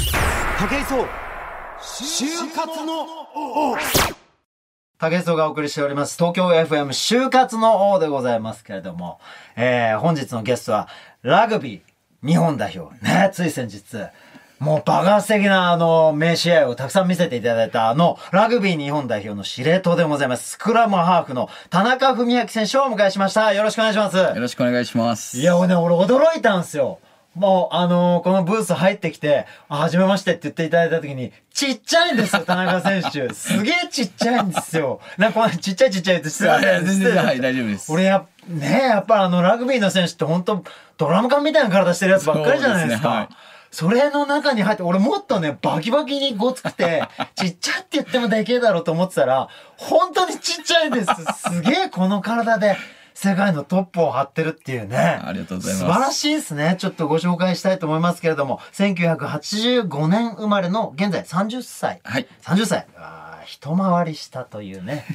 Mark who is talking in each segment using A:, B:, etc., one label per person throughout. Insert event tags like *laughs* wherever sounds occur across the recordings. A: 武井壮就活の
B: 竹井壮がお送りしております。東京 FM 就活の王でございますけれども、えー、本日のゲストは、ラグビー日本代表。ね、つい先日、もう爆発的なあの、名試合をたくさん見せていただいたあの、ラグビー日本代表の司令塔でございます。スクラムハーフの田中文明選手をお迎えしました。よろしくお願いします。
C: よろしくお願いします。
B: いや、俺ね、俺驚いたんすよ。もう、あのーこのブース入ってきて、あ、はじめましてって言っていただいた時に、ちっちゃいんですよ、田中選
C: *laughs*
B: 手。すげえちっちゃいんですよ。なんかこのちっちゃいちっちゃいって失礼
C: いや全然
B: 失礼
C: *laughs* はい大丈夫です
B: 俺や、ねえ、やっぱあの、ラグビーの選手って本当ドラム缶みたいな体してるやつばっかりじゃないですか。それの中に入って、俺もっとね、バキバキにごつく
C: *laughs*
B: て、ちっちゃって言ってもでけえだろうと思ってたら、本当にちっちゃいです。すげえこの体で世界のトップを張ってるっていうね。
C: ありがとうございます
B: 素晴らしいですね。ちょっとご紹介したいと思いますけれども、1985年生まれの現在30歳。
C: はい。
B: 30歳。あー一回りしたという
C: *laughs*
B: ね。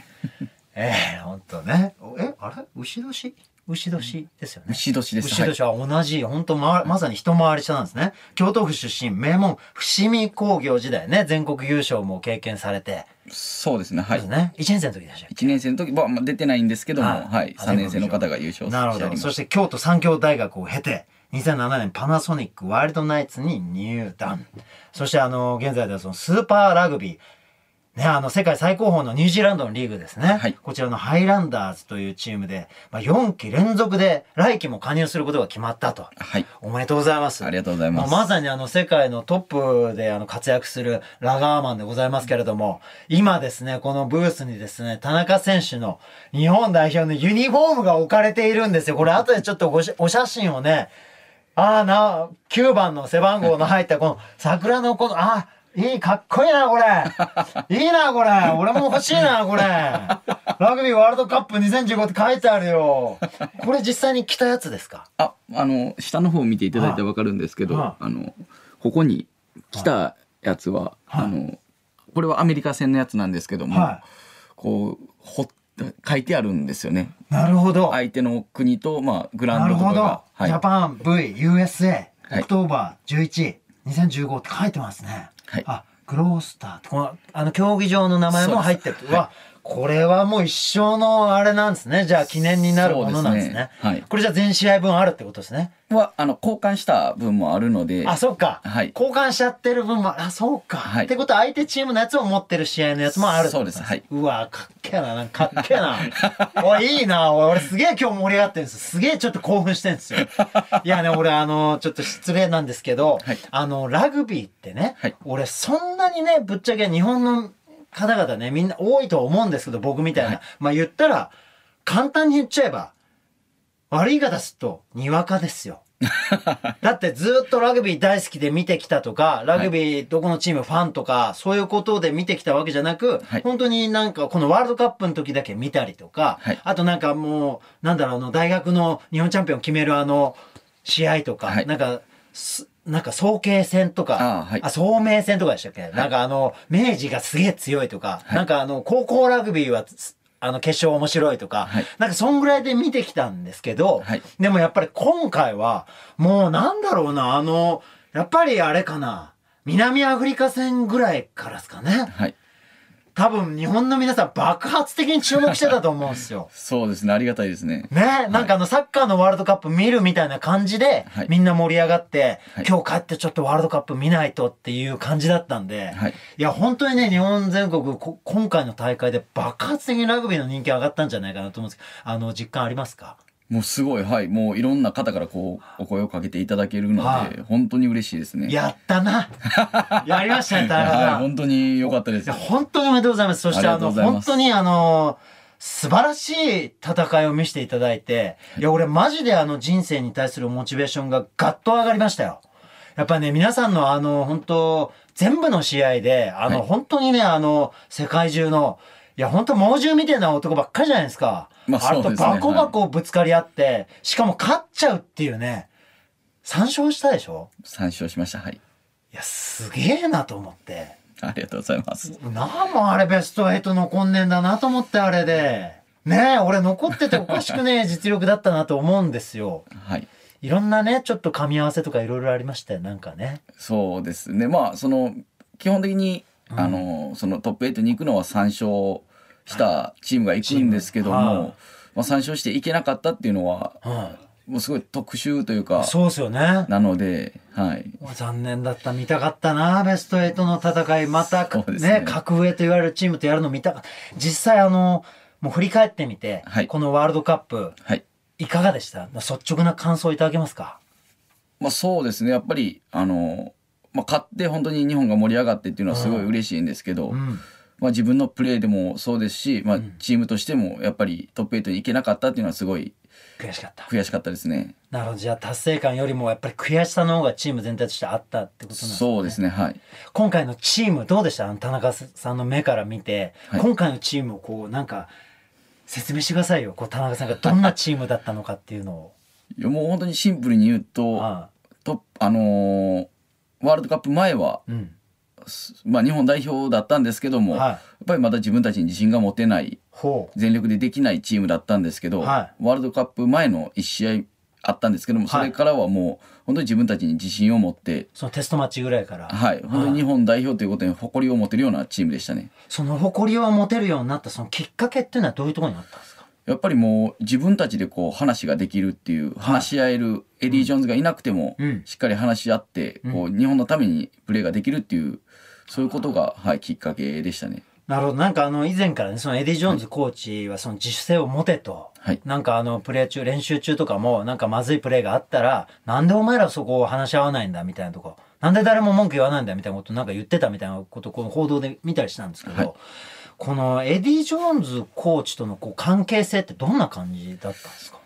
B: ええほんとね。え、あれ牛年牛年ですよね。
C: 牛年です
B: 牛年は同じ、本当ま、まさに一回り下なんですね。京都府出身、名門、伏見工業時代ね、全国優勝も経験されて、
C: そうですね。は
B: そうです
C: い。
B: ね、1年生の時でしたっけ
C: 一年生の時、まあまあ出てないんですけども、
B: はい
C: はい。三年生の方が優勝して
B: なるほ
C: あり
B: ど。
C: ま
B: そ
C: す。
B: して京都産業大学を経て、2007年パナソニックワイルドナイツに入団。そしてあの、現在ではそのスーパーラグビー。ね、あの、世界最高峰のニュージーランドのリーグですね。
C: はい
B: こちらのハイランダーズというチームで、まあ、4期連続で来期も加入することが決まったと。
C: はい。
B: おめでとうございます。
C: ありがとうございます
B: あまさにあの世界のトップであの活躍するラガーマンでございますけれども、今ですね、このブースにですね、田中選手の日本代表のユニフォームが置かれているんですよ。これ後でちょっとごしお写真をね、ああな、9番の背番号の入ったこの桜のこの、あいい、かっこいいな、こ
C: *laughs*
B: れ。いいな、これ。俺も欲しいな、これ。ラグビーワールドカップ2015って書いてあるよ。これ実際に着たやつですか
C: あ、あの、下の方を見ていただいたらわかるんですけど、
B: は
C: あの、ここに来たやつは、
B: はい
C: あの、これはアメリカ戦のやつなんですけども、
B: は
C: こう、ほっ書いてあるんですよね。
B: なるほど。
C: 相手の国と、まあ、グラ
B: な
C: ウン
B: る
C: ドとか
B: ほど。
C: が。はい
B: ジャ。パン VUSA、
C: はい
B: オクトーバー11、2015って書いてますね。
C: はい
B: あ、グロースターってこの、あの、競技場の名前も入ってる。うわ、これはもう一生のあれなんですね。じゃあ記念になるものなんですね。
C: そうですねはい
B: これじゃあ全試合分あるってことですね。
C: は、あの、交換した分もあるので、
B: あ、そっか。
C: はい
B: 交換しちゃってる分も、あ、そうか。
C: はい
B: ってことは相手チームのやつを持ってる試合のやつもあるってことなん
C: そうですはいう
B: わ、かっけえな、なんかかっけえな。 *laughs* おい、いいな、おい俺すげえ今日盛り上がってるんですすげえちょっと興奮してるん
C: *laughs*
B: ですよ。いやね、俺あの、ちょっと失礼なんですけど、
C: はい
B: あの、ラグビーってね、
C: はい
B: 俺そんなにね、ぶっちゃけ日本の方々ね、みんな多いとは思うんですけど、僕みたいな。
C: はい
B: まあ言ったら、簡単に言っちゃえば、悪い言い方すると、にわかですよ。だってずっとラグビー大好きで見てきたとか、ラグビーどこのチームファンとか、そういうことで見てきたわけじゃなく、
C: はい
B: 本当になんかこのワールドカップの時だけ見たりとか、
C: はい
B: あとなんかもう、なんだろう、あの、大学の日本チャンピオンを決めるあの、試合とか、
C: はい
B: なんか、すなんか、早慶戦とか、
C: あーはい
B: 聡明戦とかでしたっけ、なんかあの、明治がすげえ強いとか、なんかあの、高校ラグビーはつ、あの、決勝面白いとか、
C: はい
B: なんかそんぐらいで見てきたんですけど、
C: はい
B: でもやっぱり今回は、もうなんだろうな、あの、やっぱりあれかな、南アフリカ戦ぐらいからですかね。
C: *laughs* はい。。
B: 多分日本の皆さん爆発的に注目してたと思うんですよ
C: *laughs* そうですね。ありがたいですね。
B: ね、なんかあのサッカーのワールドカップ見るみたいな感じで、
C: はい
B: みんな盛り上がって、
C: はい
B: 今日帰ってちょっとワールドカップ見ないとっていう感じだったんで、
C: はい
B: や本当にね日本全国こ今回の大会で爆発的にラグビーの人気上がったんじゃないかなと思うんですけどあの実感ありますか
C: もうすごい、はい。もういろんな方からこう、お声をかけていただけるので、
B: はい
C: 本当に嬉しいですね。
B: やった
C: *laughs*
B: なやりましたね田中
C: はい、
B: さん。
C: 本当に良かったで
B: い
C: す
B: や。本当におめでとうございます。そして
C: あ
B: あ
C: りがとう
B: の、
C: ござい
B: 本
C: ます
B: 当にあの、素晴らしい戦いを見せていただいて、いや、俺マジであの人生に対するモチベーションがガッと上がりましたよ。やっぱね、皆さんのあの、本当全部の試合で、あの、
C: はい
B: 本当にね、あの、世界中の、いや、本当猛獣みたいな男ばっかりじゃないですか。
C: まあ
B: れ
C: そ
B: と
C: うですね
B: バコバコぶつかり合って、しかも勝っちゃうっていうね、参照したでしょ
C: 参照しました。はい。
B: いや、すげえなと思って。
C: ありがとうございます。
B: なんもあれベスト8残んねえんだなと思ってあれで。ねえ、俺残ってておかしくねえ実力だったなと思うんですよ。
C: はい。
B: いろんなね、ちょっと噛み合わせとかいろいろありましたよ、なんかね。
C: そうですね。まあ、その、基本的に、あのそのトップ8に行くのは3勝したチームが行くんですけども、
B: はいはい
C: まあ、3勝していけなかったっていうのは、もうすごい特殊というか
B: そうですよね。
C: なので、はい、
B: 残念だった。見たかったな。ベスト8の戦い。また
C: そうです
B: ね
C: ね
B: 格上と言われるチームとやるの見たかった。実際あの、もう振り返ってみて、
C: はい
B: このワールドカップ、
C: はい
B: いかがでした率直な感想いただけますか
C: まあ、そうですねやっぱりあの、まあ、勝って本当に日本が盛り上がってっていうのはすごい嬉しいんですけど、
B: うん。
C: まあ、自分のプレーでもそうですし、まあ、チームとしてもやっぱりトップ8に行けなかったっていうのはすごい
B: 悔しかった。
C: 悔しかったですね。
B: なるほど。じゃあ達成感よりもやっぱり悔しさの方がチーム全体としてあったってことなんですね。
C: そうですねはい
B: 今回のチームどうでしたあの田中さんの目から見て、
C: はい
B: 今回のチームをこうなんか説明してくださいよこう田中さんがどんなチームだったのかっていうのを。
C: いやもう本当にシンプルに言うと
B: あ
C: トップあのーワールドカップ前は、
B: あうん、
C: まあ、日本代表だったんですけども、
B: はい
C: やっぱりまだ自分たちに自信が持てない
B: ほう
C: 全力でできないチームだったんですけど、
B: は
C: ワールドカップ前の1試合あったんですけども
B: はい
C: それからはもう本当に自分たちに自信を持って、
B: そのテストマッチぐらいから、
C: はい、本当に日本代表ということに誇りを持てるようなチームでしたね。
B: その誇りを持てるようになったそのきっかけっていうのはどういうところにあったんですか
C: やっぱりもう自分たちでこう話ができるっていう、話し合えるエディ・ジョーンズがいなくても
B: うん
C: しっかり話し合ってこう日本のためにプレーができるっていうそういうことが、はい、きっかけでしたね。
B: なるほどなんかあの以前からねそのエディ・ジョーンズコーチはその自主性を持てと、
C: はい
B: なんかあのプレー中練習中とかもなんかまずいプレーがあったらなんでお前らそこを話し合わないんだみたいなとこなんで誰も文句言わないんだみたいなことなんか言ってたみたいなことこの報道で見たりしたんですけど、
C: はい
B: このエディ・ジョーンズコーチとのこう関係性ってどんな感じだったんですか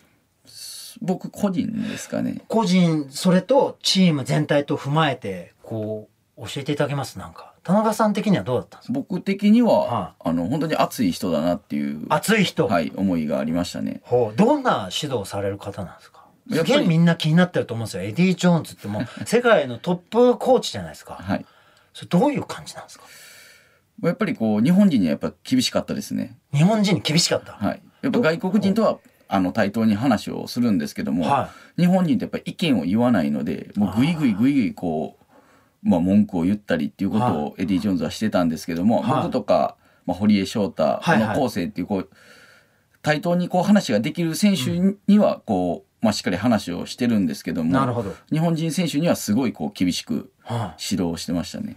C: 僕個人ですかね。
B: 個人それとチーム全体と踏まえてこう教えていただけますなんか田中さん的にはどうだったんですか
C: 僕的には、
B: は
C: あの本当に熱い人だなっていう、
B: 熱い人、
C: はい、思いがありましたね。
B: ほうどんな指導をされる方なんですか
C: や
B: す
C: っぱり
B: げえみんな気になってると思うんですよエディ・ジョーンズってもう世界のトップコーチじゃないですか
C: はい、
B: それどういう感じなんですか
C: やっぱりこう日本人にはやっぱ厳しかったですね。
B: 日本人に厳しかった、
C: はい、やっぱ外国人とはあの対等に話をするんですけども、
B: は
C: 日本人ってやっぱり意見を言わないのでもうぐいぐいぐいぐいこう、まあ、文句を言ったりっていうことをエディ・ジョーンズはしてたんですけども、
B: はい
C: 僕とか、まあ、堀江翔太、
B: はいはい
C: あの後世っていうこう対等にこう話ができる選手にはこう、まあ、しっかり話をしてるんですけども
B: なるほど
C: 日本人選手にはすごいこう厳しく
B: は
C: 指導してましたね。
B: い、へ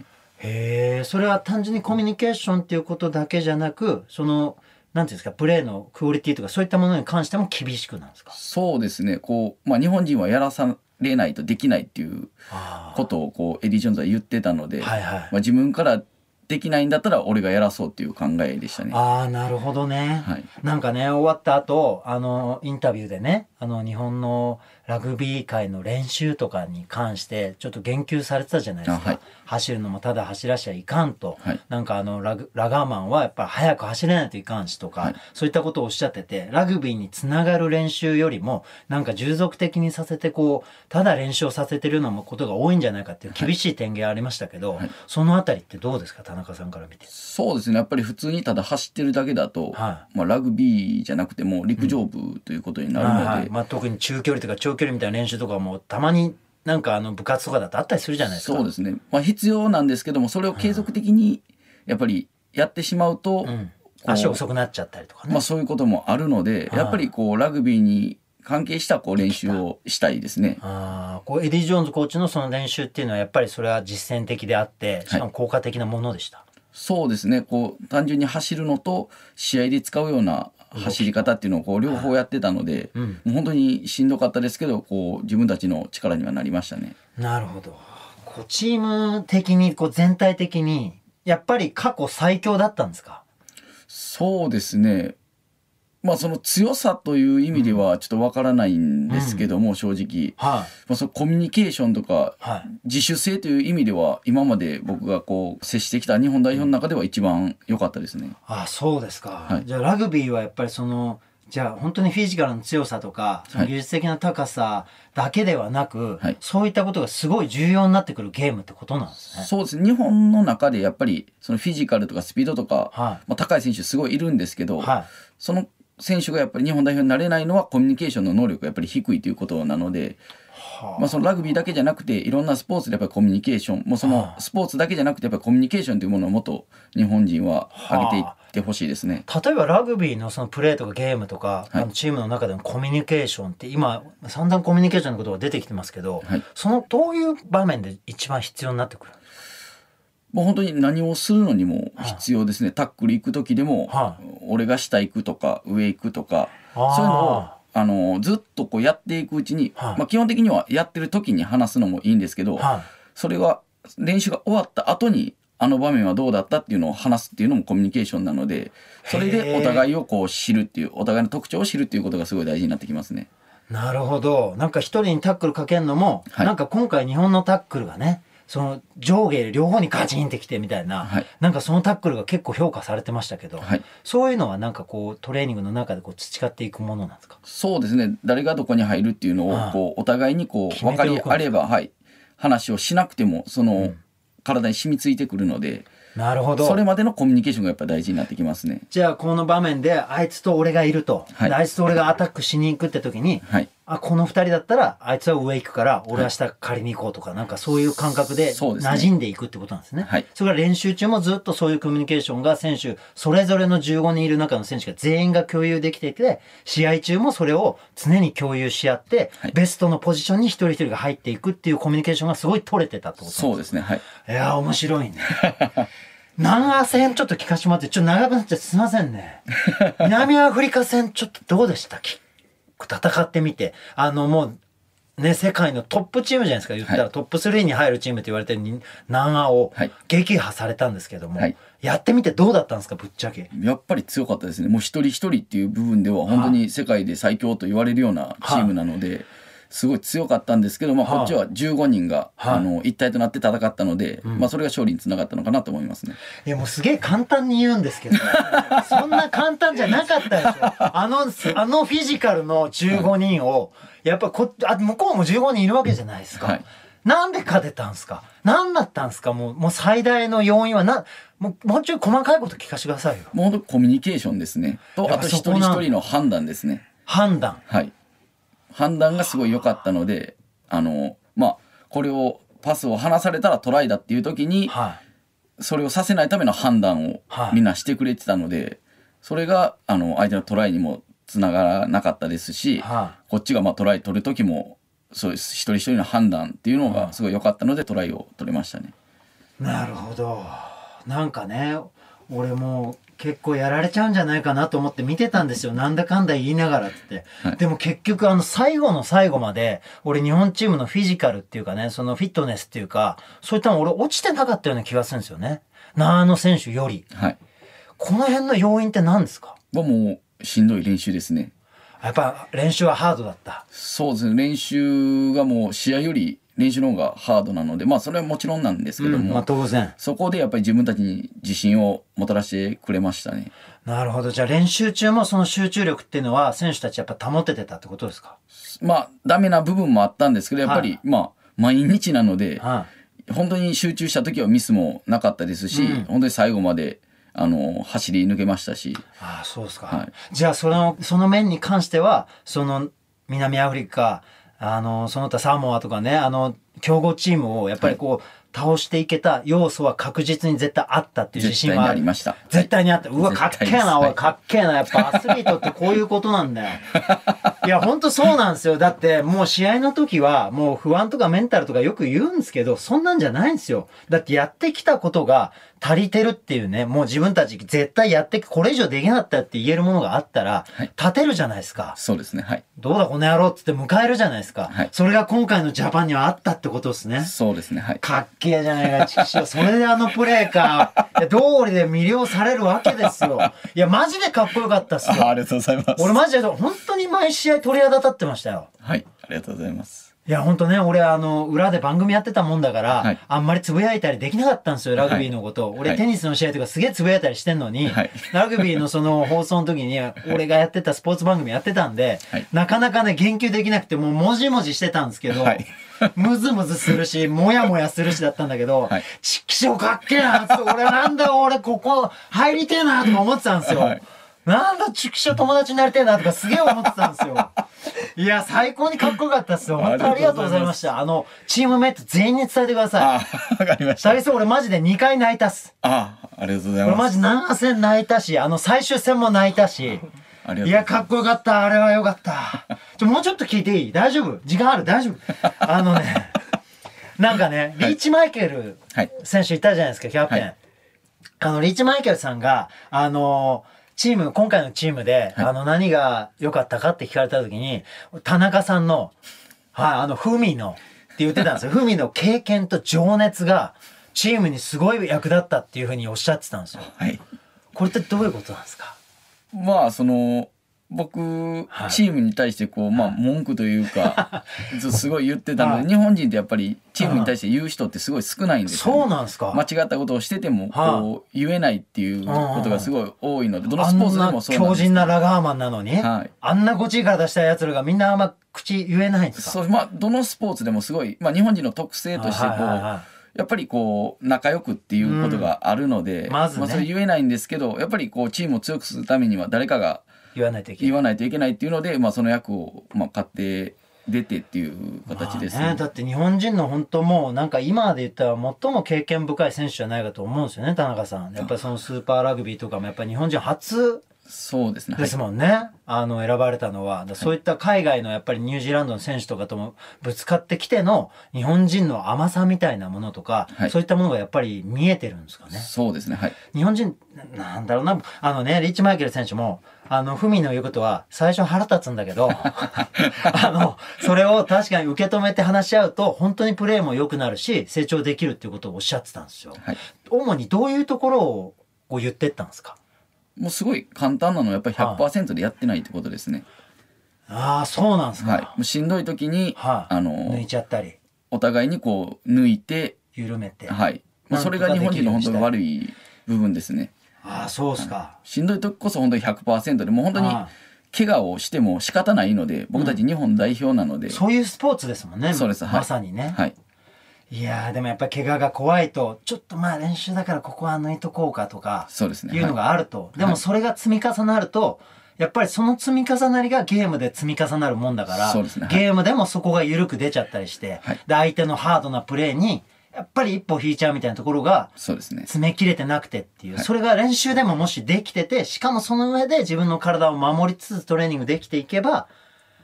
B: えそれは単純にコミュニケーションっていうことだけじゃなくそのなんていうんですかプレーのクオリティとかそういったものに関しても厳しくなんですか
C: そうですねこう、まあ、日本人はやらされないとできないっていう
B: あ
C: ことをこうエディ・ジョーンズは言ってたので、
B: あはいはい
C: まあ、自分からできないんだったら俺がやらそうっていう考えでしたね。
B: ああなるほどね、
C: はい
B: なんかね終わった後あのインタビューでねあの日本のラグビー界の練習とかに関してちょっと言及されてたじゃないですか、
C: あはい
B: 走るのもただ走らしちゃいかんと、
C: はい
B: なんかあのラグラガーマンはやっぱ早く走れないといかんしとか、
C: はい
B: そういったことをおっしゃっててラグビーにつながる練習よりもなんか従属的にさせてこうただ練習をさせてるようなことが多いんじゃないかっていう厳しい点言ありましたけど、
C: はい
B: そのあたりってどうですか田中さんから見て。
C: そうですねやっぱり普通にただ走ってるだけだと、
B: は
C: まあ、ラグビーじゃなくてもう陸上部ということになるので、
B: はいはいまあ、特に中距離とか長距離みたいな練習とかもたまになんかあの部活とかだとあったりするじゃないですか
C: そうですね、まあ、必要なんですけどもそれを継続的にやっぱりやってしまうと、
B: うん、
C: う
B: 足遅くなっちゃったりとかね、
C: まあ、そういうこともあるので、
B: はい
C: やっぱりこうラグビーに関係したこう練習をしたいですね。
B: あーこうエディ・ジョーンズコーチのその練習っていうのはやっぱりそれは実践的であってしかも効果的なものでした、
C: そうですねこう単純に走るのと試合で使うような走り方っていうのをこう両方やってたので、
B: うん
C: もう本当にしんどかったですけどこう自分たちの力にはなりましたね。
B: なるほどこうチーム的にこう全体的にやっぱり過去最強だったんですか
C: そうですねまあその強さという意味ではちょっとわからないんですけども、正直、
B: は
C: まあ、そのコミュニケーションとか
B: いはい
C: 自主性という意味では今まで僕がこう接してきた日本代表の中では一番良かったですね。
B: ああそうですか、
C: はい
B: じゃあラグビーはやっぱりそのじゃあ本当にフィジカルの強さとかその
C: はい
B: 技術的な高さだけではなく、
C: はい
B: そういったことがすごい重要になってくるゲームってことなんですね。
C: そうですね日本の中でやっぱりそのフィジカルとかスピードとか、
B: は
C: まあ、高い選手すごいいるんですけ
B: い、
C: ど、
B: は
C: その選手がやっぱり日本代表になれないのはコミュニケーションの能力がやっぱり低いということなので、まあ、そのラグビーだけじゃなくていろんなスポーツでやっぱりコミュニケーションもうそのスポーツだけじゃなくてやっぱりコミュニケーションというものをもっと日本人は上げていってほしいですね。
B: 例えばラグビーのそのプレーとかゲームとか、あのチームの中でのコミュニケーションって今散々コミュニケーションのことが出てきてますけど、
C: はい
B: そのどういう場面で一番必要になってくる
C: もう本当に何をするのにも必要ですね、タックル行く時でも、
B: は
C: 俺が下行くとか上行くとか
B: あー
C: そういうのをあのずっとこうやっていくうちに、
B: はい
C: まあ、基本的にはやってる時に話すのもいいんですけど、
B: はい
C: それは練習が終わった後にあの場面はどうだったっていうのを話すっていうのもコミュニケーションなのでそ
B: へ
C: れ
B: ー
C: でお互いをこう知るっていうお互いの特徴を知るっていうことがすごい大事になってきますね。
B: なるほど。なんか一人にタックルかけるのも、
C: はい
B: なんか今回日本のタックルがね、その上下両方にガチンってきてみたいな、
C: はい
B: なんかそのタックルが結構評価されてましたけど、
C: はい
B: そういうのはなんかこうトレーニングの中でこう培っていくものなんですか
C: そうですね誰がどこに入るっていうの
B: ああ
C: をこうお互いにこ
B: 決
C: う
B: め
C: 分
B: てお
C: か
B: く
C: りあれば、はい、話をしなくてもその、体に染みついてくるので
B: なるほど。
C: それまでのコミュニケーションがやっぱ大事になってきますね。
B: じゃあこの場面であいつと俺がいると、
C: はい
B: であいつと俺がアタックしに行くって時に、
C: はい
B: あこの二人だったらあいつは上行くから俺は下借りに行こうとか、なんかそういう感覚で
C: そ
B: 馴
C: うですね
B: 染んでいくってことなんですね。
C: はい
B: それから練習中もずっとそういうコミュニケーションが選手それぞれの15人いる中の選手が全員が共有できていて試合中もそれを常に共有し合って、
C: はい
B: ベストのポジションに一人一人が入っていくっていうコミュニケーションがすごい取れてたってことなんですね
C: そうですねはい
B: いやー、面白いね。南ア戦ちょっと聞かしてもらって、ちょっと長くなっちゃってすいませんね。南アフリカ戦ちょっとどうでしたき戦ってみて。あの、もう、ね、世界のトップチームじゃないですか。言ったら
C: はい
B: トップ3に入るチームと言われてるに南アを
C: はい
B: 撃破されたんですけども、
C: はい
B: やってみてどうだったんですか、ぶっちゃけ。
C: やっぱり強かったですねもう一人一人っていう部分では本当に世界で最強と言われるようなチームなので。すごい強かったんですけど、まあ、
B: はい
C: こっちは15人が、
B: はい
C: あの一体となって戦ったので、まあ、それが勝利につながったのかなと思いますね。
B: いやもうすげえ簡単に言うんですけど *laughs* そんな簡単じゃなかったでしょあのあのフィジカルの15人をやっぱこあ向こうも15人いるわけじゃないですか、
C: はい
B: なんで勝てたんですか何だったんですかもうもう最大の要因はなもうもうちょい細かいこと聞かせてくださいよ
C: もう本当コミュニケーションですねと
B: やっ
C: あ
B: ぱ
C: と一
B: そこ
C: 人
B: なんだ
C: 一人の判断ですね。
B: 判断
C: はい、判断がすごい良かったのであのまあこれをパスを離されたらトライだっていう時に
B: はい
C: それをさせないための判断を
B: はい
C: みんなしてくれてたので、それがあの相手のトライにもつながらなかったですし、
B: は
C: こっちがまあトライ取る時もそういう一人一人の判断っていうのがすごい良かったのでトライを取れましたね。
B: なるほどなんかね俺もう結構やられちゃうんじゃないかなと思って見てたんですよなんだかんだ言いながらっつって、
C: はい
B: でも結局あの最後の最後まで俺日本チームのフィジカルっていうかねそのフィットネスっていうかそういったの俺落ちてなかったような気がするんですよねなあの選手より
C: はい、
B: この辺の要因って何ですか
C: はもうしんどい練習ですね。
B: やっぱ練習はハードだった
C: そうですね練習がもう試合より練習の方がハードなのでまあそれはもちろんなんですけども、
B: まあ当然
C: そこでやっぱり自分たちに自信をもたらしてくれましたね。
B: なるほどじゃあ練習中もその集中力っていうのは選手たちやっぱ保ててたってことですか
C: まあダメな部分もあったんですけどやっぱり、
B: はい
C: まあ毎日なので、
B: は
C: 本当に集中した時はミスもなかったですし、
B: うん
C: 本当に最後まであの走り抜けましたし
B: ああそうですか、
C: はい
B: じゃあそのその面に関してはその南アフリカあのその他サモアとかねあの強豪チームをやっぱりこう、倒していけた要素は確実に絶対あったっていう自
C: 絶
B: 信
C: 対に
B: は
C: あ
B: あ
C: り
B: る
C: ました。
B: 絶対にあった。うわ、
C: 絶
B: かっ
C: 対
B: けえな、
C: です
B: おい、かっけえな。やっ
C: *laughs*
B: ぱアスリートってこういうことなんだよ。いや、ほんとそうなんですよ。だって、もう試合の時は、もう不安とかメンタルとかよく言うんですけど、そんなんじゃないんですよ。だってやってきたことが足りてるっていうね、もう自分たち絶対やって、これ以上できなかったって言えるものがあったら、
C: はい
B: 立てるじゃないですか。
C: そうですねはい
B: どうだこの野郎っつって迎えるじゃないですか。
C: はい
B: それが今回のジャパンにはあったってことですね。
C: そうですねはい
B: かっけえじゃないか、チキショそれであのプレーか。いや、通りで魅了されるわけですよ。いや、マジでかっこよかったっす
C: あ
B: よ。
C: ありがとうございます
B: 俺マジで、本当に毎試合鳥肌立ってましたよ。
C: はいありがとうございます
B: いや、本当ね、俺、あの、裏で番組やってたもんだから、
C: はい
B: あんまりつぶやいたりできなかったんですよ、ラグビーのこと。
C: はい
B: 俺、テニスの試合とかすげえつぶやいたりしてんのに、
C: はい
B: ラグビーのその放送の時に、俺がやってたスポーツ番組やってたんで、
C: はい
B: なかなかね、言及できなくて、もう、もじもじしてたんですけど、
C: はい
B: むずむずするし、もやもやするしだったんだけど
C: はい、 *laughs*
B: ちっきしょかっけえなっつって、俺なんだ、俺ここ入りてえなとか思ってたんですよ。
C: はい
B: なんだ、畜生友達になりてえなとかすげえ思ってたんです
C: *laughs*
B: よ。いや、最高にかっこよかったっすよ。本当ありがとうございました。あの、チームメイト全員に伝えてください。
C: ああ、わかりました。
B: 二人そう、俺マジで2回泣いたっす。
C: ああ、ありがとうござい
B: 俺
C: ま
B: マ
C: す。
B: ジ7戦泣いたし、あの、最終戦も泣いたし。
C: ありがとうございます
B: いや、かっこよかった。あれはよかった。ちょ、もうちょっと聞いていい大丈夫時間ある大丈夫あのね、 *laughs* なんかね、リーチマイケル
C: はい
B: 選手いたじゃないですか、キャプテン。
C: はい
B: あの、リーチマイケルさんが、あのチーム、今回のチームで、あの、何が良かったかって聞かれた時に、田中さんの、はい、あの、ふみの、って言ってた
C: *laughs*
B: んですよ。ふみの経験と情熱が、チームにすごい役立ったっていうふうにおっしゃってたんですよ。
C: はい。
B: これってどういうことなんですか
C: まあ、その、僕、
B: はい
C: チームに対してこう、まあ、文句という
B: *laughs*
C: か、ずすごい言ってたの
B: はい
C: で、日本人ってやっぱりチームに対して言う人ってすごい少ないんですよ、ね。
B: そうなんですか
C: 間違ったことをしてても、
B: は
C: こう、言えないっていうことがすごい多いので、どの
B: あ
C: ス
B: ん
C: ポーツで
B: な
C: もそうなん
B: 強
C: ですけ
B: 靭
C: ど
B: なラガーマンなのに、
C: はい
B: あんなごちいから出したやつらがみんなあんま口言えないんですか
C: そうまあ、どのスポーツでもすごい、まあ、日本人の特性としてこう、
B: はいはいは
C: やっぱりこう仲良くっていうことがあるので、
B: んまずね
C: それ言えないんですけどやっぱりこうチームを強くするためには誰かが
B: 言わないといけ
C: 言
B: ない。
C: わないといけないっていうので、まあ、その役を、まあ、買って出てっていう形です
B: まあ
C: ね
B: ね、。だって日本人の本当もうなんか今で言ったら最も経験深い選手じゃないかと思うんですよね田中さんやっぱりそのスーパーラグビーとかもやっぱり日本人初
C: そうですね、は
B: で
C: い
B: すもんね、あの選ばれたのはだからそういった海外のやっぱりニュージーランドの選手とかともぶつかってきての日本人の甘さみたいなものとか、
C: はい
B: そういったものがやっぱり見えてるんですかね
C: そうですねはい
B: 日本人ななんだろうなあのねリーチマイケル選手もあのフミの言うことは最初腹立つんだけ
C: *laughs*
B: どあのそれを確かに受け止めて話し合うと本当にプレーも良くなるし成長できるっていうことをおっしゃってたんですよ。
C: はい
B: 主にどういうところをこう言ってったんですか
C: もうすごい簡単なのはやっぱり100%でやってないってことですね。
B: ああそうなんですか。
C: はい、もうしんどい時に、
B: はい
C: あ
B: 抜い
C: の
B: ちゃったり
C: お互いにこう抜いて、
B: 緩めて、
C: はいまあ、それが日本人の本当に悪い部分ですね。
B: ああそうですか。
C: しんどい時こそ本当に100%でもう本当に
B: ああ
C: 怪我をしても仕方ないので僕たち日本代表なので、
B: そういうスポーツですもんね。
C: そうですはい
B: まさにね。
C: はい、
B: いやーでもやっぱ怪我が怖いとちょっとまあ練習だからここは抜いとこうかとか
C: そうですね
B: いうのがあると、でもそれが積み重なるとやっぱりその積み重なりがゲームで積み重なるもんだから、
C: そうですねはい
B: ゲームでもそこが緩く出ちゃったりして、
C: はい
B: で相手のハードなプレーにやっぱり一歩引いちゃうみたいなところが
C: そうですね
B: 詰め切れてなくてっていう、それが練習でももしできててしかもその上で自分の体を守りつつトレーニングできていけば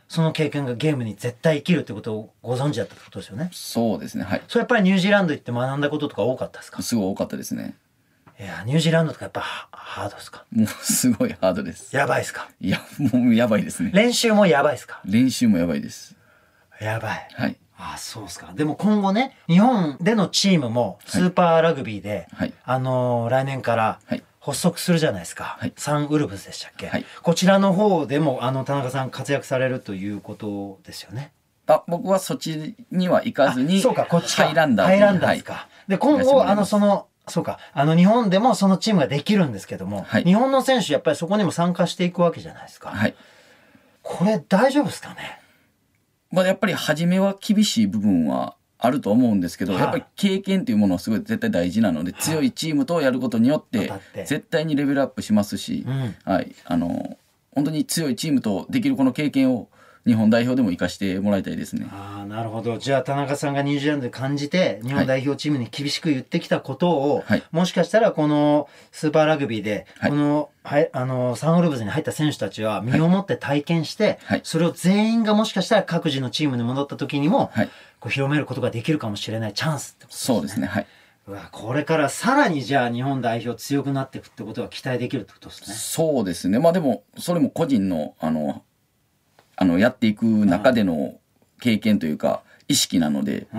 B: その経験がゲームに絶対生きるってことをご存知だったってことですよね。
C: そうですねはい
B: それやっぱりニュージーランド行って学んだこととか多かったですか
C: すごい多かったですね
B: いやニュージーランドとかやっぱハハードですか
C: もうすごいハードです
B: やばいですか
C: いやもうやばいですね
B: 練習もやばいですか
C: 練習もやばいです
B: やばい
C: はい
B: あそうですかでも今後ね日本でのチームもスーパーラグビーで、
C: はい
B: あのー来年から
C: はい
B: 発足するじゃないですか、
C: はい
B: サンウルブスでしたっけ、
C: はい
B: こちらの方でもあの田中さん活躍されるということですよね
C: あ僕はそっちには行かず
B: あ
C: に
B: そうかこっちか
C: ハイランダー
B: ハイランダーですか、
C: は
B: で今
C: いらっしゃいま
B: 後
C: す
B: あのそのそうかあの日本でもそのチームができるんですけども、
C: はい
B: 日本の選手やっぱりそこにも参加していくわけじゃないですか、
C: い、はい
B: これ大丈夫ですかね
C: まあ、やっぱり初めは厳しい部分はあると思うんですけど、
B: はい
C: やっぱり経験というものはすごい絶対大事なので、強いチームとやることによっ
B: 当
C: て
B: たって
C: 絶対にレベルアップしますし、
B: うん
C: はい、あの本当に強いチームとできるこの経験を日本代表でも生かしてもらいたいですね。
B: ああなるほどじゃあ田中さんがニュージーランドで感じて日本代表チームに厳しく言ってきたことを、
C: はい
B: もしかしたらこのスーパーラグビーで、
C: はい
B: このはいあのサンウルブズに入った選手たちは身をもって体験して、
C: はい
B: それを全員がもしかしたら各自のチームに戻った時にも、
C: はい、
B: こう広めることができるかもしれないチャンスってこと
C: そうですね。はい、
B: うわこれからさらにじゃあ日本代表強くなっていくってことは期待できるってことですね。
C: そうですね。まあでもそれも個人のあのあのやっていく中での経験というか意識なので、
B: うん、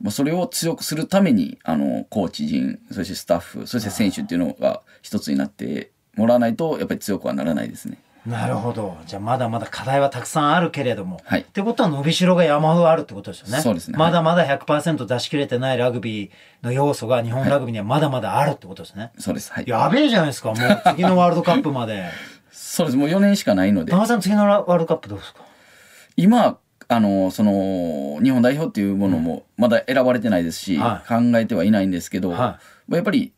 C: まあ、それを強くするためにあのコーチ陣そしてスタッフそして選手っていうのが一つになってもらわないとやっぱり強くはならないですね。
B: なるほど。じゃあまだまだ課題はたくさんあるけれども。
C: はい
B: ってことは伸びしろが山ほどあるってことですよね。
C: そうですね
B: まだまだ100%出し切れてないラグビーの要素が日本ラグビーにはまだまだあるってことですね。
C: そうですはい。
B: やべえじゃないですか。もう次のワールドカップまで。 *laughs*
C: そうですもう4年しかないので
B: 田中さん次のワールドカップどうですか
C: 今あのその日本代表っていうものもまだ選ばれてないですし、
B: は
C: 考えてはいないんですけど、
B: はい
C: まあやっぱり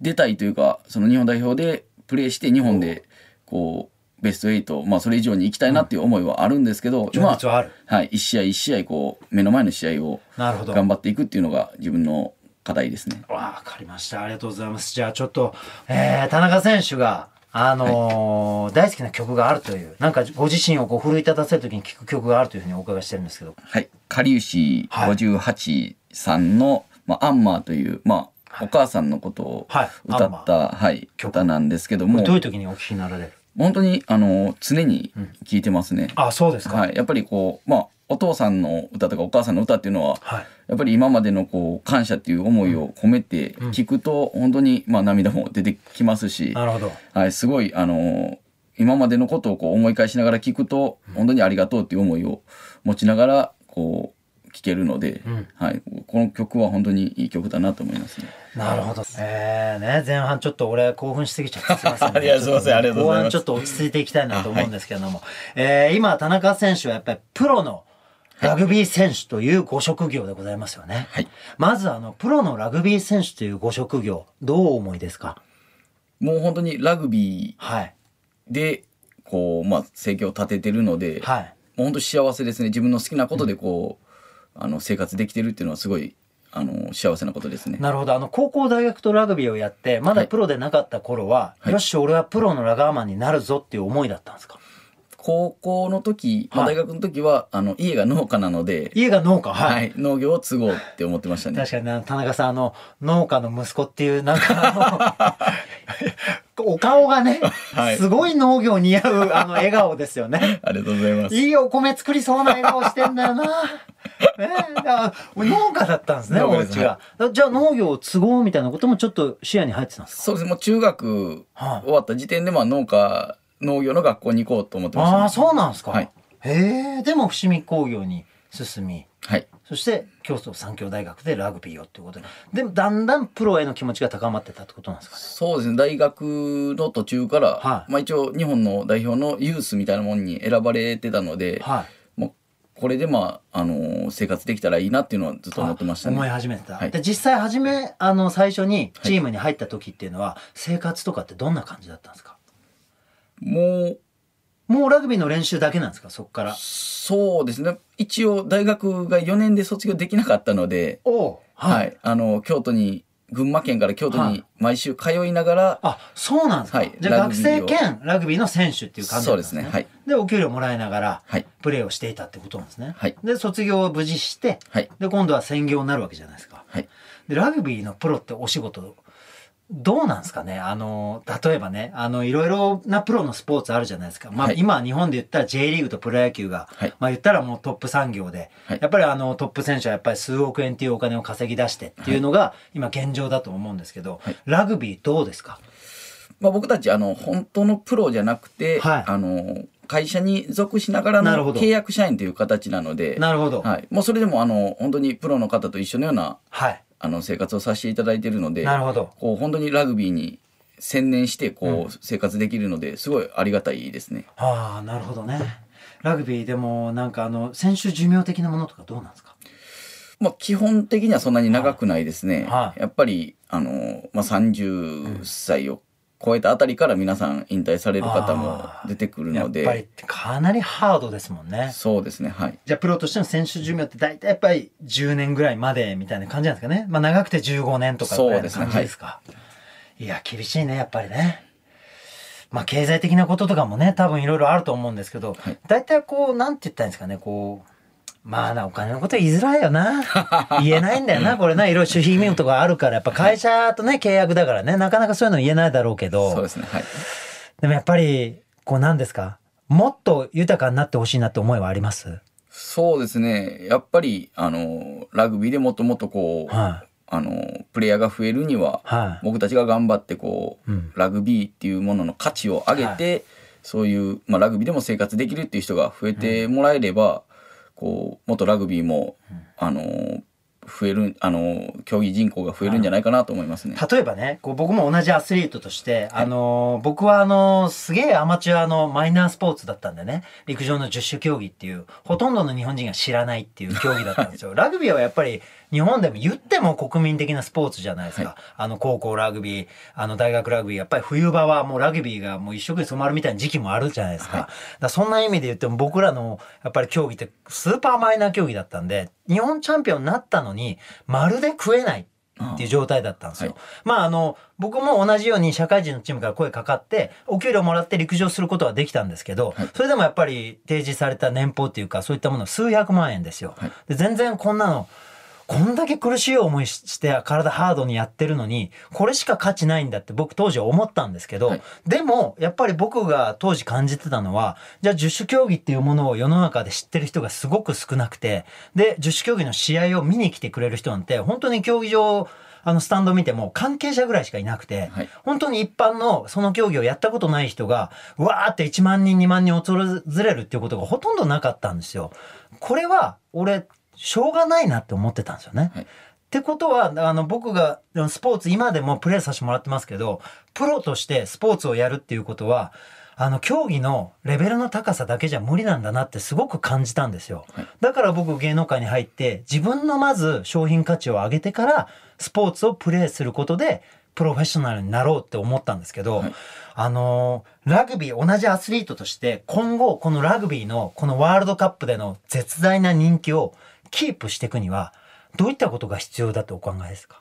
C: 出たいというかその日本代表でプレーして日本でこうベスト8、まあ、それ以上に行きたいなっていう思いはあるんですけど、
B: 情熱はある
C: はい、一試合一試合こう目の前の試合を
B: なるほど
C: 頑張っていくっていうのが自分の課題ですね。
B: わかりました。ありがとうございます。じゃあちょっと、えー、田中選手が、あのー大好きな曲があるという、なんかご自身をこう奮い立たせるときに聴く曲があるというふうにお伺いしてるんですけど。
C: はい、狩牛58さんの、まあ、アンマーという、まあ、お母さんのことを
B: はい
C: 歌った、はい
B: 曲
C: 歌なんですけども
B: どういうときにお聞きになられる
C: 本当にあの常に聴いてますね、
B: あ、そうですか。
C: はい、やっぱりこう、まあ、お父さんの歌とかお母さんの歌っていうのは、
B: はい
C: やっぱり今までのこう感謝っていう思いを込めて聞くと、本当に、まあ、涙も出てきますし、
B: なるほど。
C: はい、すごい、あのー今までのことをこう思い返しながら聞くと、本当にありがとうっていう思いを持ちながら、こう、聞けるので、はい、この曲は本当にいい曲だなと思いますね。
B: なるほど。えー、ね、前半ちょっと俺興奮しすぎちゃってすいません、ね。
C: ありがとうご *laughs* ざいますありがとうござい
B: 後半
C: ます
B: ちょっと落ち着いていきたいなと思うんですけれども、えー、今田中選手はやっぱりプロのラグビー選手というご職業でございますよね。
C: はい
B: まずあの、プロのラグビー選手というご職業、どうお思いですか
C: もう本当にラグビー
B: はい。
C: で、こう、まあ、生計を立ててるので、
B: はい。
C: もう本当幸せですね。自分の好きなことでこう、あの、生活できてるっていうのはすごい、あの、幸せなことですね。
B: なるほど。あの、高校大学とラグビーをやって、まだプロでなかった頃は、よし、俺はプロのラガーマンになるぞっていう思いだったんですか
C: 高校の時、まあ、
B: はい
C: 大学の時は、あの、家が農家なので、
B: 家が農家はい
C: はい、農業を継ごうって思ってましたね。
B: 確かにな田中さんあの農家の息子っていうなんかあ
C: *laughs*
B: のお顔がね、
C: はい
B: すごい農業似合う
C: *laughs*
B: あの笑顔ですよね。
C: ありがとうございます。
B: いいお米作りそうな笑顔してんだよな。ねえ、だから農家だったんですね、お
C: 農家で
B: 家
C: す
B: が。じゃあ農業を継ごうみたいなこともちょっと視野に入ってたんですか
C: そうですね、もう中学
B: はい
C: 終わった時点で、まあ農家、農業の学校に行こうと思ってました、ね。
B: ああ、そうなんですか。
C: はい
B: へえ、でも伏見工業に進み、
C: はい。
B: そして京都産業大学でラグビーをっていうことで、でもだんだんプロへの気持ちが高まってたってことなんですかね。
C: そうですね、大学の途中から、
B: はい
C: まあ一応日本の代表のユースみたいなもんに選ばれてたので、
B: はい。
C: もうこれでまあ、あのー生活できたらいいなっていうのはずっと思ってましたね。
B: 思い始めてた、
C: はい
B: で実際初めあの最初にチームに入った時っていうのは、生活とかってどんな感じだったんですか
C: もう、
B: もうラグビーの練習だけなんですかそこから
C: そうですね、一応大学が4年で卒業できなかったので、
B: おはい、
C: はい、あの、京都に、群馬県から京都
B: は
C: に
B: い
C: 毎週通いながら、
B: あそうなんですか、
C: はい
B: じゃあ
C: ラ
B: 学
C: グビー
B: 生
C: を
B: 兼ラグビーの選手っていう感じだったんですね
C: そうですねはい
B: でお給料もらいながら
C: はい
B: プレーをしていたってことなんですね、
C: はい
B: で卒業を無事して、
C: はい
B: で今度は専業になるわけじゃないですか
C: はい。
B: でラグビーのプロってお仕事どうなんですかねあの例えばねあのいろいろなプロのスポーツあるじゃないですか、まあ
C: はい
B: 今日本で言ったら J リーグとプロ野球が、
C: はい
B: まあ、言ったらもうトップ産業で、
C: はい
B: やっぱりあのトップ選手はやっぱり数億円っていうお金を稼ぎ出してっていうのが今現状だと思うんですけど、ラグビーどうですか
C: まあ、僕たちあの本当のプロじゃなくて、
B: はい
C: あの会社に属しながら
B: なるほ
C: の
B: ど
C: 契約社員という形なので
B: なるほど
C: はい、もうそれでもあの本当にプロの方と一緒のような
B: はい
C: あの生活をさせていただいているので
B: なるほど
C: こう本当にラグビーに専念してこう生活できるのですごいありがたいですね。
B: ああなるほどねラグビーでもなんかあの選手寿命的なものとかどうなんですか
C: まあ、基本的にはそんなに長くないですね。
B: はい
C: やっぱりあの、まあ、30歳を超えたあたりから皆さん引退される方も出てくる
B: や
C: の
B: っ
C: で
B: ぱりかなりハードですもんね
C: そうですねはい。
B: じゃあプロとしての選手寿命って大体やっぱり10年ぐらいまでみたいな感じなんですかね。まあ長くて15年とかぐらいの感じですか。いや、厳しいね、やっぱりね。まあ経済的なこととかもね、多分いろいろあると思うんですけど、
C: はい
B: 大体こう、なんて言ったらいいんですかね、こう、まあな、お金のことは言いづらいよな。
C: *laughs*
B: 言えないんだよな、これな。いろいろ守秘義務とかあるから、やっぱ会社とね、契約だからね、なかなかそういうの言えないだろうけど、
C: そうですねはい
B: でもやっぱり、こうなんですか、もっと豊かになってほしいなって思いはあります
C: そうですね。やっぱり、あの、ラグビーでもっともっとこう、
B: はい、
C: あの、プレイヤーが増えるには、
B: はい、
C: 僕たちが頑張ってこう、
B: うん
C: ラグビーっていうものの価値を上げて、そういう、まあ、ラグビーでも生活できるっていう人が増えてもらえれば、こう、もっとラグビーも、あの、増える、あの、競技人口が増えるんじゃないかなと思いますね。
B: 例えばね、こう僕も同じアスリートとして、あのー僕はあのーすげえアマチュアのマイナースポーツだったんでね、
C: *laughs*
B: 陸上の十種競技っていう、ほとんどの日本人が知らないっていう競技だったんですよ。ラグビーはやっぱり日本でも言っても国民的なスポーツじゃないですか。あの、高校ラグビー、あの、大学ラグビー、やっぱり冬場はもうラグビーがもう一色に染まるみたいな時期もあるじゃないですか。だからそんな意味で言っても僕らの、やっぱり競技ってスーパーマイナー競技だったんで、日本チャンピオンになったのに、まるで食えない。っていう状態だったんですよ、
C: はい
B: まああの僕も同じように社会人のチームから声かかってお給料もらって陸上することはできたんですけど、それでもやっぱり提示された年俸っていうかそういったもの数百万円ですよ、
C: はい
B: で全然こんなのこんだけ苦しい思いしして体ハードにやってるのにこれしか価値ないんだって僕当時は思ったんですけど、
C: はい
B: でもやっぱり僕が当時感じてたのはじゃあ十種競技っていうものを世の中で知ってる人がすごく少なくてで十種競技の試合を見に来てくれる人なんて本当に競技場あのスタンド見ても関係者ぐらいしかいなくて、
C: はい
B: 本当に一般のその競技をやったことない人がうわーって1万人2万人訪れるっていうことがほとんどなかったんですよ。これは俺しょうがないなって思ってたんですよね。
C: はい
B: ってことはあの僕がスポーツ今でもプレーさせてもらってますけどプロとしてスポーツをやるっていうことはあの競技のレベルの高さだけじゃ無理なんだなってすごく感じたんですよ、
C: はい
B: だから僕芸能界に入って自分のまず商品価値を上げてからスポーツをプレーすることでプロフェッショナルになろうって思ったんですけど、
C: はい
B: あのーラグビー同じアスリートとして今後このラグビーのこのワールドカップでの絶大な人気をキープしていくにはどういったことが必要だとお考えですか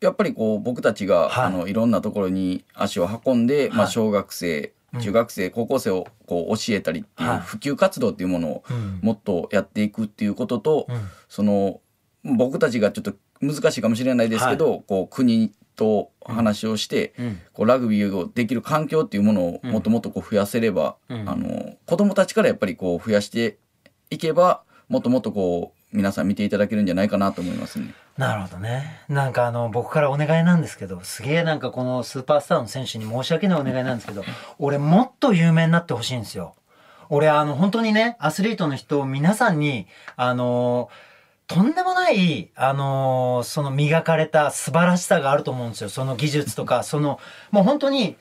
C: やっぱりこう僕たちが、
B: はい
C: あのいろんなところに足を運んで、まあ、
B: はい
C: 小学生、中学生高校生をこう教えたりっていう、
B: はい
C: 普及活動っていうものを
B: うん
C: もっとやっていくっていうことと、
B: うん
C: その僕たちがちょっと難しいかもしれないですけど、こう国と話をして、
B: うん
C: こうラグビーをできる環境っていうものをもっともっとこう増やせれば、
B: うん
C: あの子供たちからやっぱりこう増やしていけばもっともっとこう皆さん見ていただけるんじゃないかなと思いますね。
B: なるほどね。なんかあの、僕からお願いなんですけど、すげえなんかこのスーパースターの選手に申し訳ないお願いなんですけど、俺もっと有名になってほしいんですよ。俺あの、本当にね、アスリートの人を皆さんに、あのとんでもない、あのその磨かれた素晴らしさがあると思うんですよ。その技術とか、その、もう本当に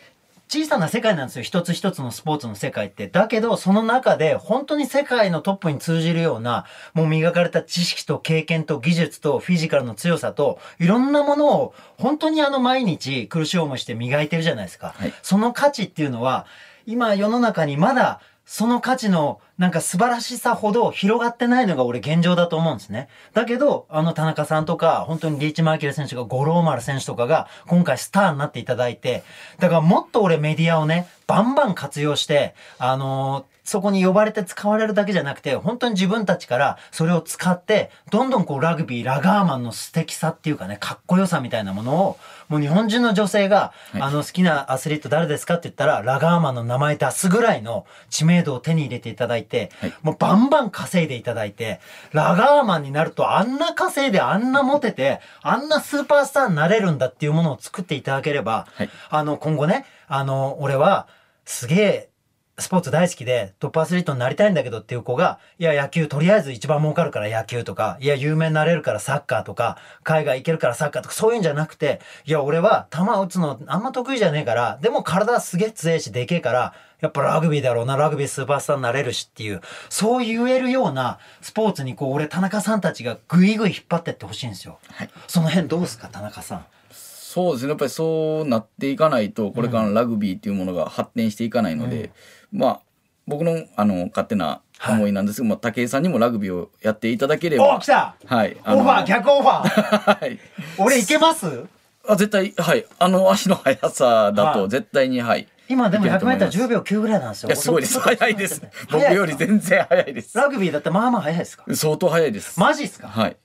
B: 小さな世界なんですよ。一つ一つのスポーツの世界って。だけど、その中で、本当に世界のトップに通じるような、もう磨かれた知識と経験と技術とフィジカルの強さと、いろんなものを、本当にあの毎日苦しい思いして磨いてるじゃないですか。
C: はい
B: その価値っていうのは、今世の中にまだ、その価値の、なんか素晴らしさほど広がってないのが俺現状だと思うんですね。だけど、あの田中さんとか、本当にリーチマイケル選手が、五郎丸選手とかが、今回スターになっていただいて、だからもっと俺メディアをね、バンバン活用して、あのーそこに呼ばれて使われるだけじゃなくて、本当に自分たちからそれを使って、どんどんこうラグビー、ラガーマンの素敵さっていうかね、かっこよさみたいなものを、もう日本中の女性が、
C: はい
B: あの好きなアスリート誰ですかって言ったら、ラガーマンの名前出すぐらいの知名度を手に入れていただいて、
C: はい
B: もうバンバン稼いでいただいて、ラガーマンになるとあんな稼いであんなモテて、あんなスーパースターになれるんだっていうものを作っていただければ、
C: はい
B: あの、今後ね、あの、俺は、すげえ、スポーツ大好きで、トップアスリートになりたいんだけどっていう子が、いや、野球、とりあえず一番儲かるから野球とか、いや、有名になれるからサッカーとか、海外行けるからサッカーとか、そういうんじゃなくて、いや、俺は球打つのあんま得意じゃねえから、でも体すげえ強えし、でけえから、やっぱラグビーだろうな、ラグビースーパースターになれるしっていう、そう言えるようなスポーツにこう、俺、田中さんたちがぐいぐい引っ張ってってほしいんですよ。
C: はい
B: その辺どうすか、田中さん。
C: そうですねやっぱりそうなっていかないとこれからのラグビーっていうものが発展していかないので、まあ僕のあの勝手な思いなんですけど、まあ、武井さんにもラグビーをやっていただけれ
B: お
C: ば
B: 来た
C: はいあ
B: オ
C: の
B: ファー、逆オファー
C: はい
B: 俺いけます
C: あ絶対はいあの足の速さだ
B: は
C: と
B: い
C: 絶対にはい
B: 今でも
C: いけると思い
B: 100m
C: ます
B: 10秒9ぐらいなんですよ。
C: いやすごいです
B: 遅
C: 早いです
B: 早い
C: 僕
B: ですか
C: より全然早いです
B: ラグビーだってまあまあ早いですか
C: 相当早いです
B: マジですか
C: はい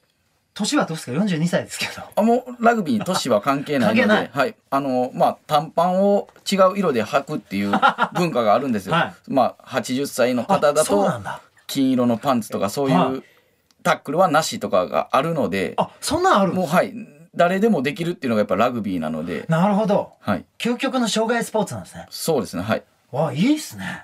B: 年はどうですか ?42 歳ですけど。
C: あもうラグビーに都市は関係ないので
B: 関係ない
C: はい、あのまあ短パンを違う色で履くっ
B: *laughs*
C: ていう文化があるんですよ、
B: はい
C: まあ80歳の方だ
B: あそう
C: と
B: なんだ
C: 金色のパンツとかそうい
B: はいう
C: タックルはなしとかがあるので
B: あ、そんなんある
C: もうはい誰でもできるっていうのがやっぱラグビーなので
B: なるほど。
C: はい
B: 究極の障害スポーツなんですね。
C: そうですねはい
B: わあ、いいっすね。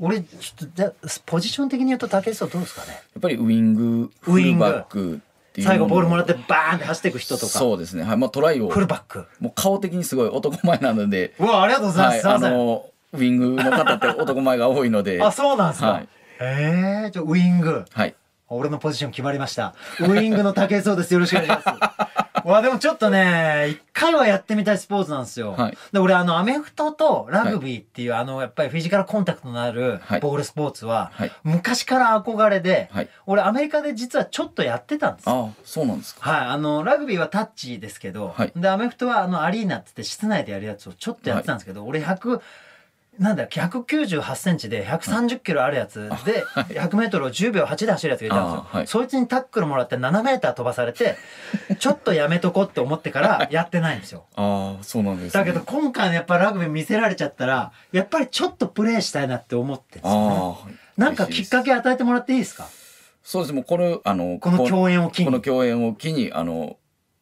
B: 俺、ちょっとじゃあ、ポジション的に言うと竹内さんどうですかね
C: やっぱりウイング
B: ウ
C: フ
B: イン
C: ル
B: グ
C: バックっていう
B: 最後ボールもら
C: っ
B: ってバーンって走っていく人とか、
C: そうですねはいまあトライを
B: フルバック。
C: もう顔的にすごい男前なの
B: *laughs*
C: で
B: うわあ、ありがとうございます。
C: はい
B: すいませ
C: あ
B: ん。
C: のウイングの方って男前が多いので
B: *laughs* あ、そうなんですか。
C: はい
B: ええじゃあウイング。
C: はい
B: 俺のポジション決まりました。ウイングの竹井壮です。よろしくお願いし
C: *laughs*
B: ます。わ、でもちょっとね、一回はやってみたいスポーツなんですよ。
C: はい
B: で、俺あの、アメフトとラグビーっていう、あの、やっぱりフィジカルコンタクトのある
C: はい
B: ボールスポーツは、
C: はい
B: 昔から憧れで、
C: はい
B: 俺アメリカで実はちょっとやってたんですよ。
C: ああそうなんですか
B: はい、あのラグビーはタッチですけど、
C: はい
B: でアメフトはあのアリーナって言って室内でやるやつをちょっとやってたんですけど、俺100なんだ198センチで130キロあるやつで100メートルを10秒8で走るやつがいたんです
C: あー
B: よ、
C: はい
B: そいつにタックルもらって7メーター飛ばされてちょっとやめとこうって思って
C: *laughs*
B: からやってないんですよ
C: ああそうなんです、
B: だけど今回のやっぱラグビー見せられちゃったらやっぱりちょっとプレーしたいなって思ってるんですよね
C: ああ
B: なんかきっかけ与えてもらっていいですか
C: そうですもうこのあの
B: この共演を機に
C: この共演を機にあの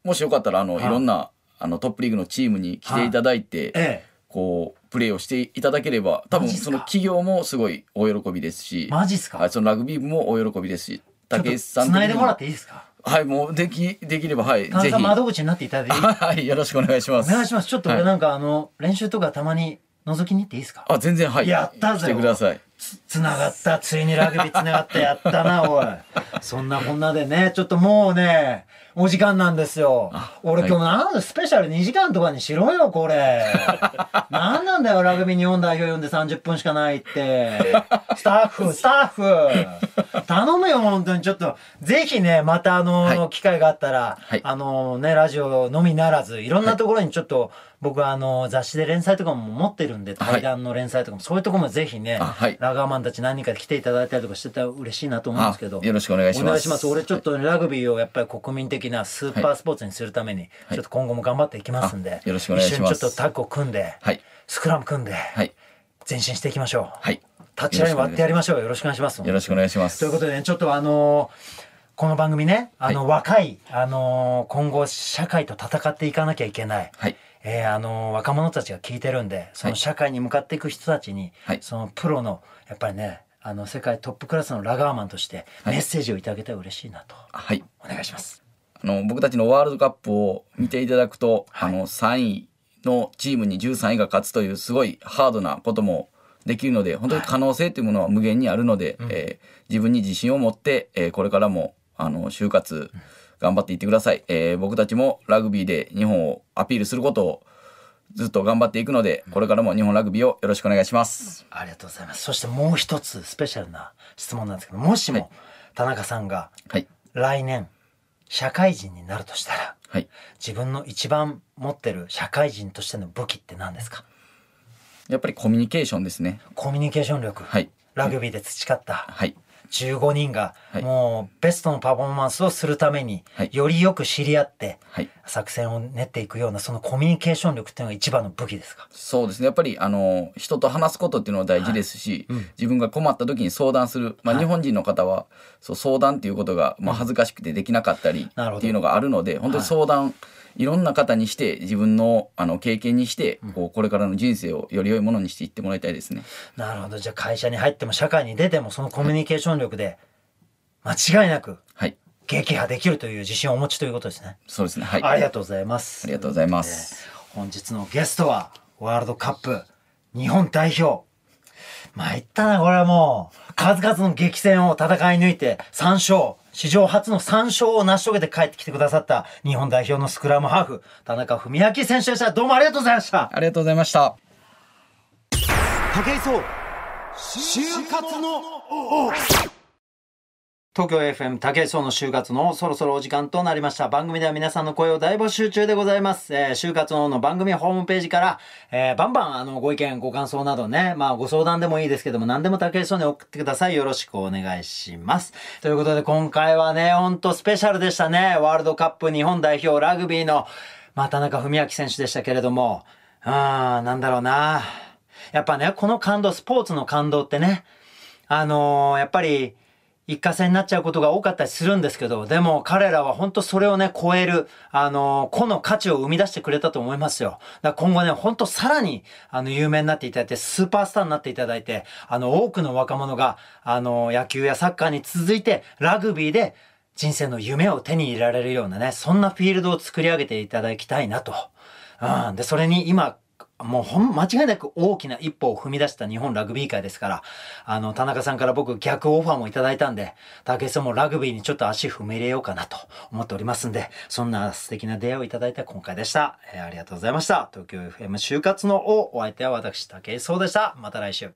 C: もしよかったらあのい
B: はい
C: ろんなあのトップリーグのチームに来ていただいて、
B: え
C: こうプレーをしていただければ多
B: マ
C: 分
B: ジっすか
C: その企業もすごいお喜びですし
B: えマジっすか
C: はい、そのラグビー部もお喜びですし
B: ちょっ
C: 武
B: と
C: 井さん
B: 繋いでもらってていいですか
C: はいもうできできればはい
B: 田中
C: ぜひ
B: さん窓口になっていただいていい
C: *laughs* はいよろしくお願いしま
B: お
C: す
B: 願いします。ちょっと
C: は
B: 俺
C: い
B: なんかあの、練習とかたまに覗きに行っていいですか
C: あ全然はい
B: やったぜ
C: 来てください
B: つつながった。ついにラグビーつながった。やったな、おい。そんなこんなでね、ちょっともうね、お時間なんですよ
C: あ。
B: 俺
C: はい
B: 今日なんだ、スペシャル2時間とかにしろよ、これ。 *laughs* なんなんだよ、ラグビー日本代表呼んで30分しかないって。スタッ
C: *laughs*
B: フ、スタッフ。頼むよ、本当に。ちょっと、ぜひね、またあの、
C: はい
B: 機会があったら、
C: はい
B: あのね、ラジオのみならず、いろんなところにちょっと、僕はあの、雑誌で連載とかも持ってるんで、
C: はい
B: 対談の連載とかも、そういうところもぜひね、
C: あはい
B: ラガーマンたち何人か来ていただいたりとかしてたら嬉しいなと思うんで
C: あ
B: すけど。
C: よろしくお願いします
B: お願いします。俺ちょっとねラグビーをやっぱり国民的なスーパースポーツにするために、ちょっと今後も頑張っていきますんで、
C: あよろしくお願いし
B: 一
C: ます
B: 緒にちょっとタッグを組んで、
C: はい
B: スクラム組んで、
C: はい
B: 前進していきましょう。
C: はい
B: 立ち合い割ってやりましょう。よろしくお願いします。
C: よろしくお願いします
B: ということでね、ちょっとあのーこの番組ね、あの、若い、あのー今後社会と戦っていかなきゃいけない、
C: はい
B: えーあのー若者たちが聞いてるんで、その社会に向かっていく人たちに、
C: はい
B: そのプロの、やっぱりね、あの、世界トップクラスのラガーマンとして、
C: はい
B: メッセージをいただけたら嬉しいなと。
C: はい
B: お願いします。
C: あの僕たちのワールドカップを見ていただくと、
B: はい
C: あの3位のチームに13位が勝つというすごいハードなこともできるので本当に可能性というものは無限にあるので、えー自分に自信を持って、えーこれからもあの就活頑張っていってください、えー僕たちもラグビーで日本をアピールすることをずっと頑張っていくのでこれからも日本ラグビーをよろしくお願いします。
B: ありがとうございます。そしてもう一つスペシャルな質問なんですけど、もし
C: は
B: も、田中さんが
C: はい、
B: 来年、社会人になるとしたら、
C: はい
B: 自分の一番持ってる社会人としての武器って何ですか
C: やっぱりコミュニケーションですね。
B: コミュニケーション力、
C: はい
B: ラグビーで培った
C: はい、
B: 15人が
C: はい
B: もうベストのパフォーマンスをするために
C: はい
B: よりよく知り合って
C: はい
B: 作戦を練っていくようなそのコミュニケーション力っていうのが一番の武器ですか
C: そうですねやっぱりあの人と話すことっていうのは大事ですし、自分が困った時に相談する、まあ日本人の方はそう相談っていうことが、まあ、恥ずかしくてできなかったり
B: なるほど
C: っていうのがあるので本当に相談、い、ろんな方にして自分のあの経験にしてこうこれからの人生をより良いものにしていってもらいたいですね。
B: なるほどじゃあ会社に入っても社会に出てもそのコミュニケーション力で間違いなく
C: はい
B: 撃破できるという自信をお持ちということですね
C: そうですねはい
B: あり
C: あ
B: がとうございます
C: りがとうございます。
B: 本日のゲストはワールドカップ日本代表参ったなこれはもう数々の激戦を戦い抜いて3勝史上初の3勝を成し遂げて帰ってきてくださった日本代表のスクラムハーフ田中史朗選手でしたどうもありがとうございました
C: ありがとうございました。
A: 武井壮就活の
B: 東京 FM 竹井壮の就活のそろそろお時間となりました番組では皆さんの声を大募集中でございます、えー就活のの番組ホームページから、えーバンバンあのご意見ご感想などねまあご相談でもいいですけども何でも竹井壮に送ってくださいよろしくお願いしますということで今回はねほんとスペシャルでしたねワールドカップ日本代表ラグビーの、まあ、田中史朗選手でしたけれどもうーんなんだろうなやっぱねこの感動スポーツの感動ってねあのーやっぱり一過性になっちゃうことが多かったりするんですけど、でも彼らは本当それをね、超える、あのー個の価値を生み出してくれたと思いますよ。だから今後ね、本当さらに、あの、有名になっていただいて、スーパースターになっていただいて、あの、多くの若者が、あのー野球やサッカーに続いて、ラグビーで人生の夢を手に入れられるようなね、そんなフィールドを作り上げていただきたいなと。うん、で、それに今、もうほん間違いなく大きな一歩を踏み出した日本ラグビー界ですから、あの、田中さんから僕逆オファーもいただいたんで、武井さんもラグビーにちょっと足踏み入れようかなと思っておりますんで、そんな素敵な出会いをいただいた今回でした。えーありがとうございました。東京 FM 就活の王、お相手は私、武井壮でした。また来週。